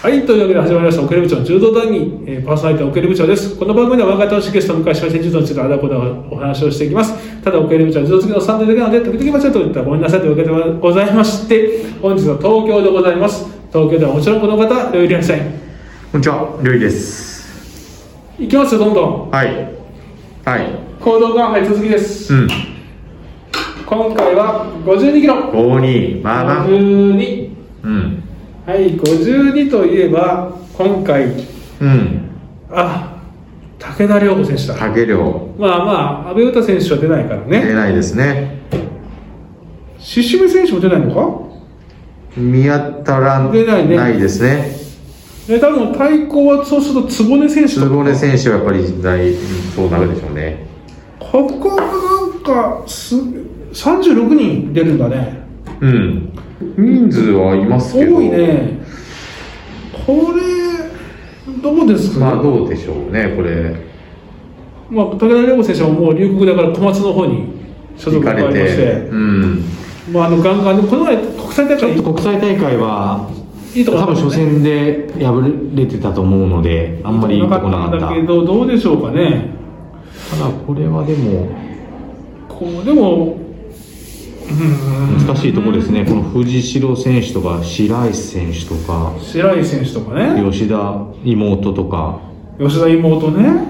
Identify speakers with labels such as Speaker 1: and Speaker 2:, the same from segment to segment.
Speaker 1: はい、というわけで始まりました、オケル部長の柔道談義、えーパーソナリティはオケル部長です。この番組では若手をゲストをお迎えしまして、柔道についてあだこだお話をしていきます。ただ、オケル部長は柔道好きのサンデーだけなので、時々間違っておったらごめんなさいというわけでございまして、本日は東京でございます。東京ではもちろんこの方、料理屋さん。
Speaker 2: こんにちは、りょういです。
Speaker 1: いきますよ、どんどん。
Speaker 2: はい。はい。
Speaker 1: 行動がはい、続きです。
Speaker 2: うん。
Speaker 1: 今回は52キロ。
Speaker 2: 五二、まあまあ。
Speaker 1: 52。
Speaker 2: うん。
Speaker 1: はい、52といえば、今回、
Speaker 2: うん。
Speaker 1: あ、武田良子選手だ。
Speaker 2: かけ量。
Speaker 1: まあまあ、阿部詩選手は出ないからね。
Speaker 2: 出ないですね。
Speaker 1: 獅子目選手も出ないのか
Speaker 2: 見当たら
Speaker 1: 出ないね
Speaker 2: ないですね。
Speaker 1: え多分対抗はそうすると坪根選手とか
Speaker 2: 坪根選手はやっぱり大、そうなるでしょうね。
Speaker 1: ここがなんかす36人出るんだね
Speaker 2: うん。人数はいます
Speaker 1: 多
Speaker 2: けど。
Speaker 1: いねこれどうですか、
Speaker 2: まあ、どうでしょうね、これ。
Speaker 1: まあ、武田良子選手はもう留国だから小松の方に所
Speaker 2: 行
Speaker 1: 属が
Speaker 2: か
Speaker 1: 変わ
Speaker 2: れ。
Speaker 1: りましてて、
Speaker 2: うん。
Speaker 1: まあ、あのガンガンでもこの前国際大会いいとこ
Speaker 3: 国際大会は
Speaker 1: だった
Speaker 3: 多
Speaker 1: もん
Speaker 3: 分
Speaker 1: ね
Speaker 3: 初戦で敗れてたと思うのであんまりいいとこなかっ
Speaker 1: い
Speaker 3: た
Speaker 1: いとこなか
Speaker 3: た
Speaker 1: んだけどどうでしょうかね
Speaker 3: だこれはでも
Speaker 1: こうでもうん
Speaker 3: 難しいとこですねこの藤代選手とか白石選手とか
Speaker 1: 白井選手とかね
Speaker 3: 吉田妹とか
Speaker 1: 吉田妹ね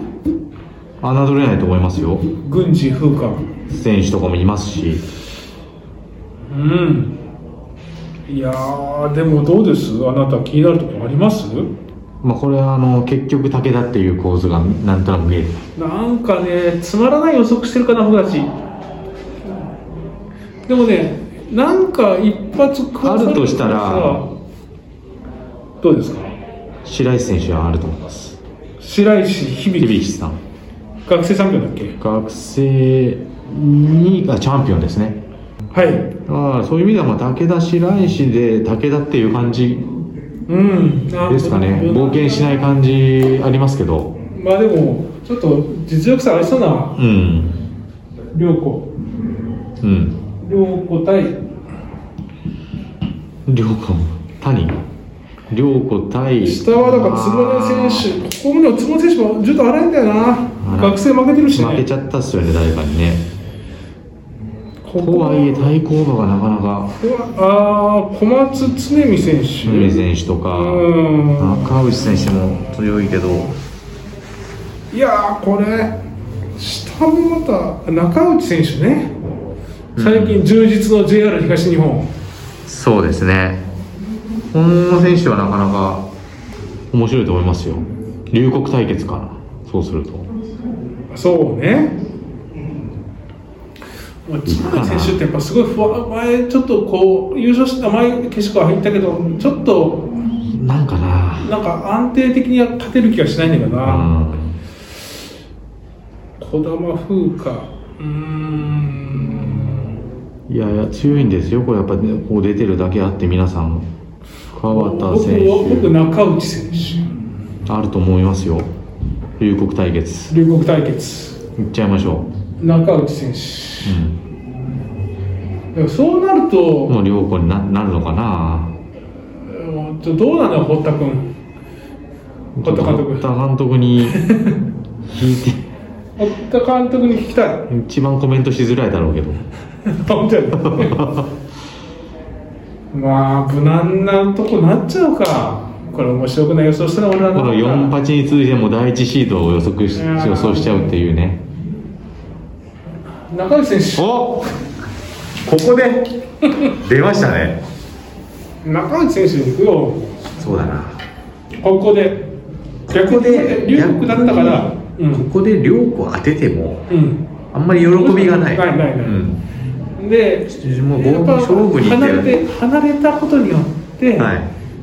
Speaker 3: 侮れないと思いますよ
Speaker 1: 軍事風化
Speaker 3: 選手とかもいますし
Speaker 1: うんいやーでもどうですあなた気になるところあります
Speaker 3: まあこれはあの結局武田っていう構図がなんとなく見える
Speaker 1: なんかねつまらない予測してるかな僕たちでもねなんか一発食わされ
Speaker 3: あるとしたら
Speaker 1: さどうですか
Speaker 3: 白石選手はあると思います
Speaker 1: 白石響
Speaker 3: 響さん
Speaker 1: 学生産業だっけ
Speaker 3: 学生にがチャンピオンですね
Speaker 1: はい
Speaker 3: ああそういう意味ではまあ武田白石で武田っていう感じ
Speaker 1: うんな
Speaker 3: ですかね冒険しない感じありますけど
Speaker 1: まあでもちょっと実力差ありそうな
Speaker 3: うん
Speaker 1: 良子
Speaker 3: うん
Speaker 1: 良子対
Speaker 3: 涼子谷涼子対
Speaker 1: 下はだから坪根選手、ここもね、坪根選手もちょっと荒いんだよな、
Speaker 3: ら
Speaker 1: 学生負けてるしね、
Speaker 3: 負けちゃったっすよね誰かにね
Speaker 1: こ
Speaker 3: と
Speaker 1: こ
Speaker 3: はいえ対抗馬がなかなか
Speaker 1: ここはあー小松常美選手、
Speaker 3: 梅選手とか
Speaker 1: うん
Speaker 3: 中内選手も強いけど
Speaker 1: いやー、これ、下もまた、中内選手ね、最近、充実の JR 東日本、
Speaker 3: そうですねこの選手はなかなか面白いと思いますよ龍谷対決かなそうすると
Speaker 1: そうね。もう常美選手ってやっぱすごいふわ前ちょっとこう優勝した前決勝は入ったけどちょっと
Speaker 3: なんかな
Speaker 1: なんか安定的に勝てる気がしないんだけどな、
Speaker 3: う
Speaker 1: 児玉風花うーん
Speaker 3: んいやいや強いんですよこれやっぱねこう出てるだけあって皆さん川
Speaker 1: 僕
Speaker 3: 田選
Speaker 1: 僕
Speaker 3: 手
Speaker 1: 中内選手
Speaker 3: あると思いますよ龍谷対決
Speaker 1: 龍谷対決
Speaker 3: いっちゃいましょ
Speaker 1: 中内選手
Speaker 3: う、うん、
Speaker 1: でもそうなると、
Speaker 3: もう両校にななるのかな
Speaker 1: うんとどうなのよ堀田君堀田監督
Speaker 3: 田監督に聞い
Speaker 1: 堀田監督に聞きたい
Speaker 3: て一番コメントしづらいだろうけど
Speaker 1: 本当やまあ無難なとこなっちゃうかこれ面白くない予想したら俺ら
Speaker 3: この4
Speaker 1: の
Speaker 3: 八に通じても第1シードを予測し
Speaker 1: いやー
Speaker 3: 予想しちゃうっていうね
Speaker 1: 中内選手
Speaker 2: おここで出ましたね。
Speaker 1: 中内選手に行くよ
Speaker 2: そうだな。
Speaker 1: ここで
Speaker 2: ここで
Speaker 1: 龍谷だったから
Speaker 2: 逆
Speaker 1: う
Speaker 2: に
Speaker 1: ん
Speaker 2: ここで涼子当てても
Speaker 1: うん
Speaker 2: あんまり喜びがない。
Speaker 1: ないないない
Speaker 2: うん
Speaker 1: で、
Speaker 2: もう
Speaker 1: やっぱ
Speaker 2: 勝負に行って
Speaker 1: 離
Speaker 2: る
Speaker 1: れて離れたことによって、
Speaker 2: は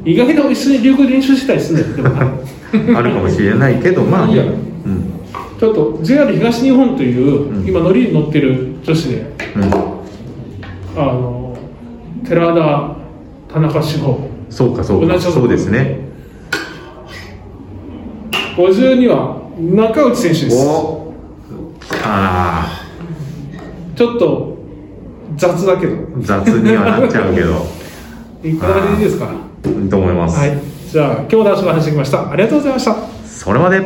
Speaker 1: 意外と一緒に流行で練習してたりするんだよで もな
Speaker 2: あるかもしれないけど、まあ、
Speaker 1: いいや
Speaker 2: うん、
Speaker 1: ちょっと JR 東日本という、
Speaker 2: うん
Speaker 1: 今乗りに乗ってる女子で
Speaker 2: うん、
Speaker 1: あの寺田田中志保
Speaker 2: そうか、そう
Speaker 1: 同
Speaker 2: か、
Speaker 1: じような
Speaker 2: そうですね。
Speaker 1: 52は中内選手です
Speaker 2: お、あ
Speaker 1: ちょっと雑だけど
Speaker 2: あ、雑にはなっちゃうけど、
Speaker 1: いかがでいいですか
Speaker 2: いいと思います。
Speaker 1: はい、じゃあ今日の話が話してきましたありがとうございました
Speaker 3: それまで